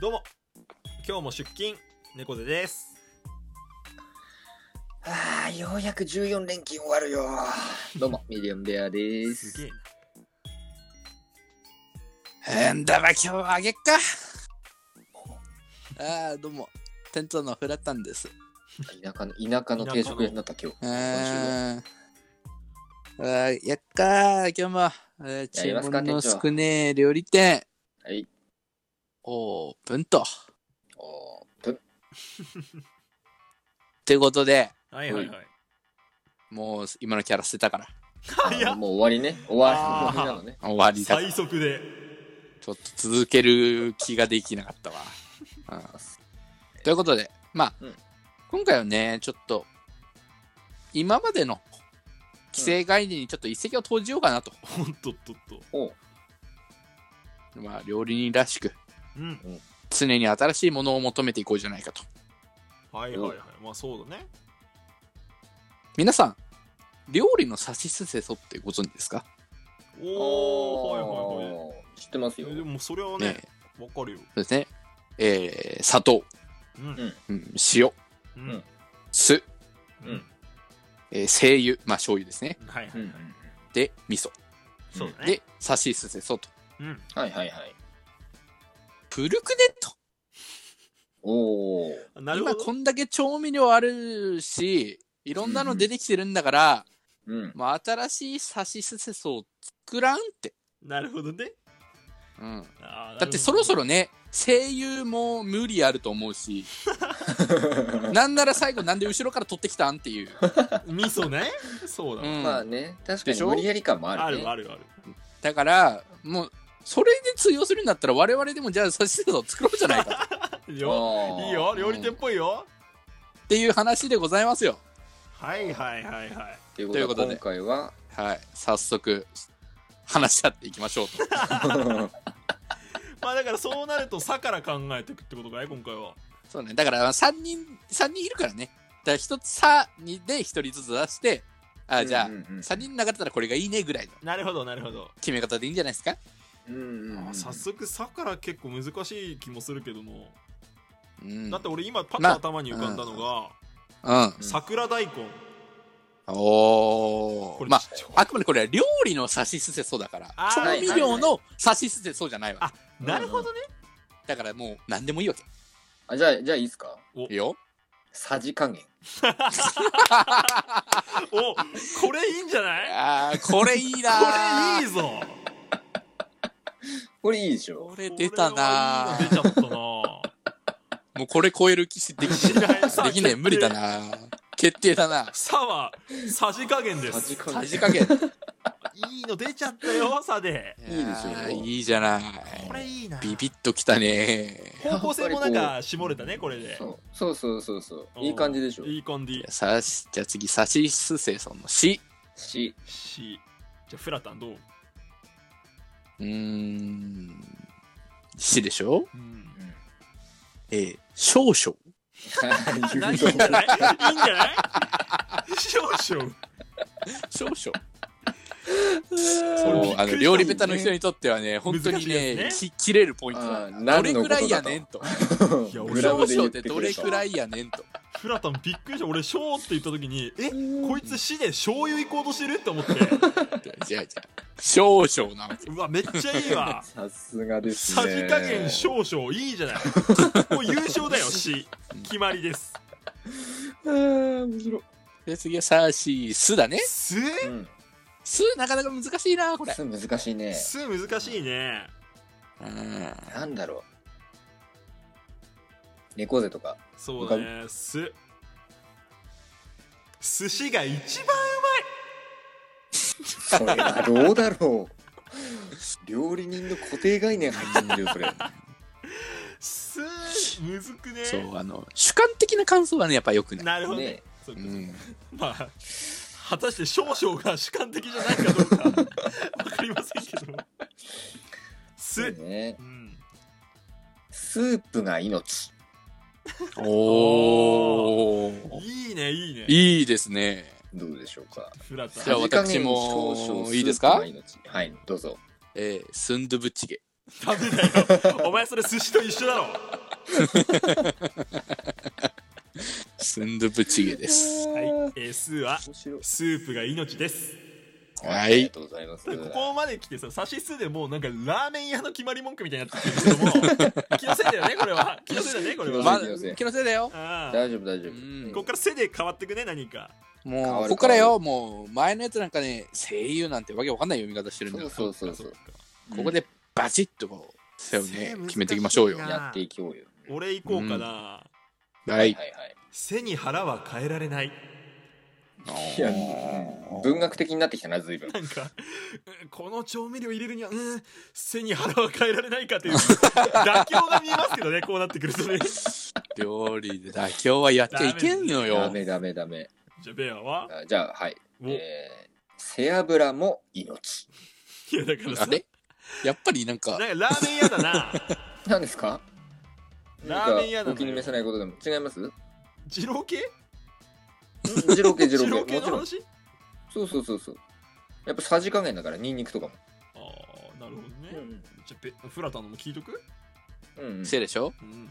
どうも今日も出勤猫背ですああ、ようやく14連勤終わるよ。どうも、ミリオンベアですげす。えんだば今日はあげっか。ああ、どうも。店長のフラタンです。田舎の、田舎の定食屋になった今日。あーあー、やっかー、今日も。えーやり注ますか文の店長少ねえ料理店、はい。オープンと。っおーぷてことで、はいはいはいもう今のキャラ捨てたから。早あっもう終わりね。終わりなのね。終わりだから。最速でちょっと続ける気ができなかったわ。うんということで、まあ、うん今回はね、ちょっと、今までの規制概念にちょっと一石を投じようかなと。ほんとっとっとおうまあ、料理人らしく、うん常に新しいものを求めていこうじゃないかと。はいはいはいまあそうだね皆さん、料理の差しすせそってご存知ですかおおはいはいはいおー知ってますえよ。でもそれはねねわかるよそうですね。えー、砂糖、うんうん、塩、ううんん酢、うんえー精油、まあ醤油ですね。はいはういんうはんいで、味噌。そうだねで、差しすせそと。うんはいはいはい。プルクネと。おおなるほど今こんだけ調味料あるしいろんなの出てきてるんだから、うん。もう新しいサシスセソを作らんって、なるほどねうん、あーだってそろそろなね声優も無理あると思うしなんなら最後なんで後ろから取ってきたんっていう、るほど味噌ねそうだうわんまあね、確かでにしょ無理やり感もああるね。るあるあるだからもうそれで通用するんだったら我々でもじゃあサシスセソを作ろうじゃないかといいよあーいいよ料理店っぽいよっていう話でございますよはいはいはいはいとといいううここととでで、今回は、はい早速話し合っていきましょうとまあだからそうなると「さ」から考えていくってことかい今回はそうねだから3人3人いるからねだから1つ差にで1人ずつ出してあじゃあ、うんうんうん3人の中だったらこれがいいねぐらいのなるほどなるほど決め方でいいんじゃないですか、うんうんあ早速「さ」から結構難しい気もするけども、うん、だって俺今パッまあと頭に浮かんだのがうん「桜大根」おこおれまあちょあくまでこれは料理の差しすせそうだからあ調ー味料の差しすせそうじゃないわあなるほどねだからもう何でもいいわけあ、じゃあ、じゃあいいっすかいいよさじ加減。おこれいいんじゃないあーこれいいな これいいいぞこれいいでしょこれ出たなこれはいいの出ちゃっもうこれ超える気しで きねたなえ できねえ無理「だな決定だなさ」はさじ加減でさじす加さ減。じ加 減いいの出ちゃったよ「さ」でいいいでしょやーいいじゃないこれいいなビビッときたね方向性もなんか絞れたねこれでそうそうそうそうそう。いい感じでしょうんいい感じさしじゃあ次さしすせその「し し、しじゃあフラタンどう」うーん「し」でしょうんうんえー、少々いいんじゃないいいんじゃない少々少々れそうびっくりしたもあのんね料理ベタの人にとってはね本当にね難しき切れるポイントあだあど何れのくこらいとやだねんとといやグ俺ラ少ムで言々っっててくれたどれくらいやねんとフラタンびっくりした俺「しょう」って言った時に「えうんこいつ「し」で醤油行こうとしてるって思ってじゃあじゃあ少々なわけうわめっちゃいいわさすがですさねじ加減少々いいじゃないもう優勝だよ「し」決まりですあー面白いで次はさしすだね「す」うん「す」なかなか難しいなこれす難し「いねす」難しいねうんなんだろう猫背とかそうだね「す」寿司が一番それはどうだ ろう料理人の固定概念入ってんだ よそれ「す」むずくねそうあの主観的な感想はねやっぱよくないなるほどねねそううかんまあ果たして少々が主観的じゃないかどうかわかりませんけどす、ねうん、スープが命おおいいねいいねいいですねどうでしょうかフラタンじゃあ私もいいですかさじ加減少々スープが命はいどうぞえー、スンドゥブチゲダメだよお前それ寿司と一緒だろスンドゥブチゲ です。はい、えー、スーは面白いスープが命ですはありいが。とうございますここまで来てさ差し数でもうなんかラーメン屋の決まり文句みたいになってきてるけども気のせいだよねこれは気のせいだねこれは、まあ、気のせい気のせいだよ。ああ大丈夫大丈夫うんこっから背で変わってくね何か変わもう、るここからよ、もう、前のやつなんかね、声優なんてわけわかんない読み方してるんだから、そうそうそうここでバチッとこう、背を背ね難しい、な決めていきましょうよ。ややっていこうよ俺行こうかな、ははいい。はい背に腹は変えられないいやあー文学的になってきたな随分なんかうんこの調味料入れるには、うん、背に腹は変えられないかという 妥協が見えますけどねこうなってくるとね 料理で妥協はやっちゃいけんのダよ。メダメダメじゃあベアはあじゃあはいおえー背脂も命いやだからあされやっぱりなんな、かんかラーメン屋だな何ですかラーメン屋なのよなんかお気に召さないことでも違いますん二郎系二郎系の二郎 系二郎系もちろん話そうそうそうそうやっぱさじ加減だからニンニクとかもああなるほどね、うんじゃあべフラタンのも聞いとく、うんうんせいでしょうん、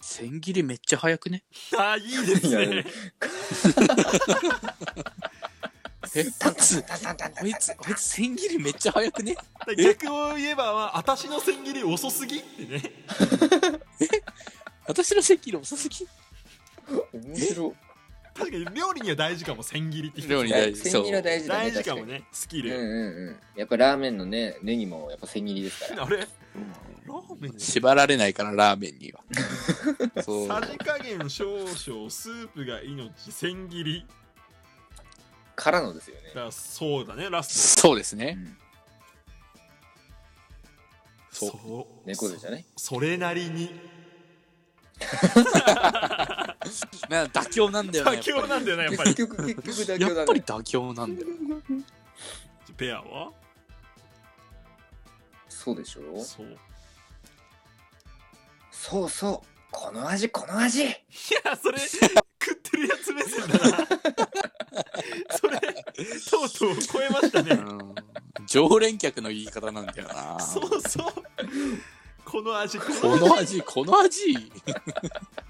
千切りめっちゃ早くね。ああいいです いやいねやえ、こいつ、タンタンタンタンタンこいつ、こいつ千切りめっちゃ早くね。 逆を言えばは私の千切り遅すぎってね私の千切り遅すぎ。面白い確かに料理には大事かも千切りって料理に大事。千そう切り。は大事だね大事かもねスキ確かにうル、んうんうんやっぱラーメンのねネギもやっぱ千切りですからあれラーメン縛られないから、ラーメンには。 そう。さじ加減少々スープが命千切りからのですよねだそうだねラスそうですうね。んトそうそう猫背じゃないそれなりにな妥協なんだよね。妥協なんだよなやっぱり結局結局妥協やだっぱりね妥協なんだよ。ペアはそうでしょそういそうそうこの味この味やそれ食ってるやつ目線だなそれとうとう超えましたねうん常連客の言い方なんだよな。そうそうこの味ここのの味、この味。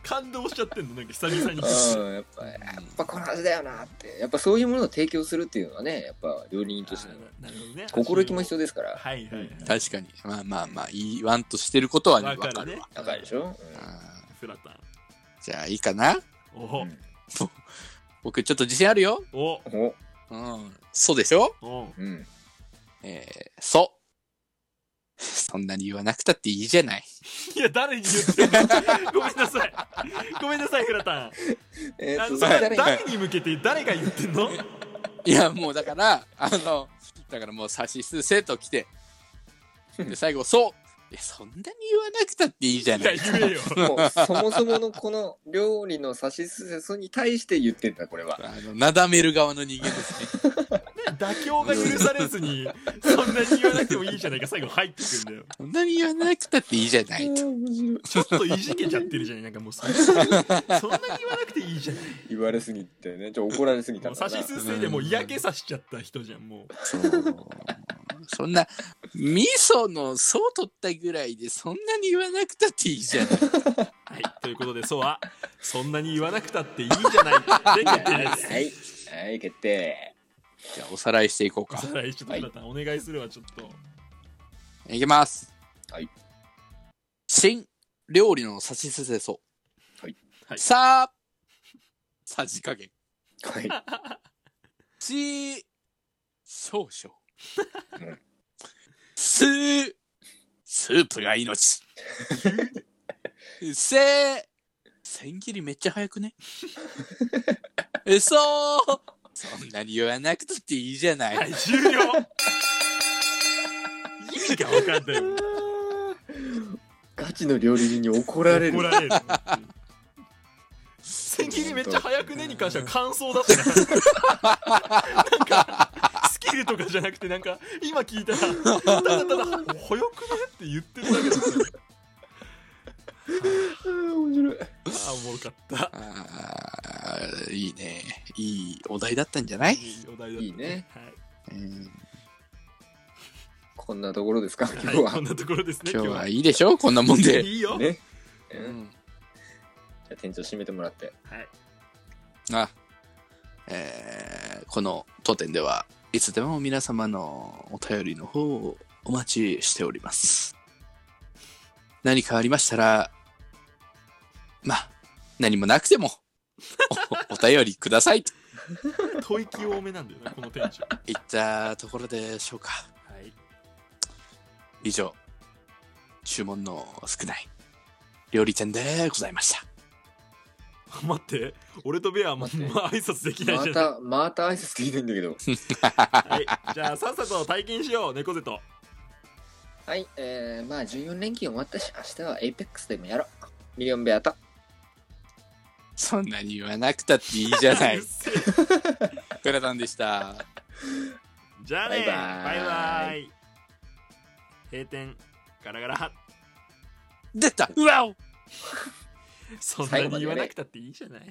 感動しちゃってんのなんか久々にうんやっぱやっぱこの味だよなってやっぱそういうものを提供するっていうのはねやっぱ料理人としてのあーなるほどね心意気も必要要ですからはいはいはい確かに。まあまあまあ、言わんとしてることはね、わわかかるるねわ。高いでしょあフラタンーじゃあいいかなおほうん僕ちょっと自信あるよ。おうんおうん。そうでしょおうんえー、そう。そんなに言わなくたっていいじゃない。いや誰に言ってんのごめんなさいごめんなさいフラタンえあーのとそれは誰が誰に向けて誰が言ってんのいや、もうだから、あの、だからもう差し数せと来て、で、最後、そう。いや、そんなに言わなくたっていいじゃいなやい。言えよもうそもそものこの料理の指しすせに対して言ってんだこれはあの、なだめる側の人間ですね。妥協が許されずにそんなに言わなくてもいいじゃないか最後入ってくんだよそんなに言わなくたっていいじゃないと。ちょっといじけちゃってるじゃないなんかもうそんなにそんなに言わなくていいじゃない言われすぎてねちょっと怒られすぎたもんうだ差なしすせでもう嫌気さしちゃった人じゃんもうそんな、味噌の層取ったぐらいで、そんなに言わなくたっていいじゃない。はいということでそうはそんなに言わなくたっていいじゃないで決定ですはいはい決定じゃあ、おさらいしていこうか。さらいちょっとフラタンお願いするわちょっといきます。はい。新料理の差しすせそ。はい。はいさあ、さじ加減。はいち、少々 うん。す、スープが命。 せ、千切りめっちゃ早くね。 嘘そんなに言わなくたっていいじゃない。はい終了意味が分かんないガチの料理人に怒られる怒られる千切りめっちゃ早くねに関しては感想だったななんかスキルとかじゃなくてなんか今聞いたらただただ「早くね?」って言ってるだけだったあー面白いああおもろかったあーいいね。いいお題だったんじゃないいいお題だったいいねはいうんここんなところですか今日はい、こはん。なところですね今日はいいでしょこんなもんで。いいよ、ね。ううんんじゃあ店長閉めてもらって。はい、あ、えーこの当店ではいつでも皆様のお便りの方をお待ちしております。何かありましたら、まあ、何もなくても、お お便りくださいと吐息多めなんだよねこの店長いったところでしょうか。はい以上、注文の少ない料理店でございました。待って俺とベアも、待ってまあ、挨拶できないまじゃん、た、また挨拶できないんだけど。はい、じゃあさっさと退勤しよう猫背とはい、えー、まあ14連休終わったし、明日はエイペックスでもやろう。ミリオンベアと。そんなに言わなくたっていいじ ゃなういっ。せえグラタンでした。 じゃあねバイババイイバイ閉店ガラガラ出たうわおそんなに言わなくたっていいじゃない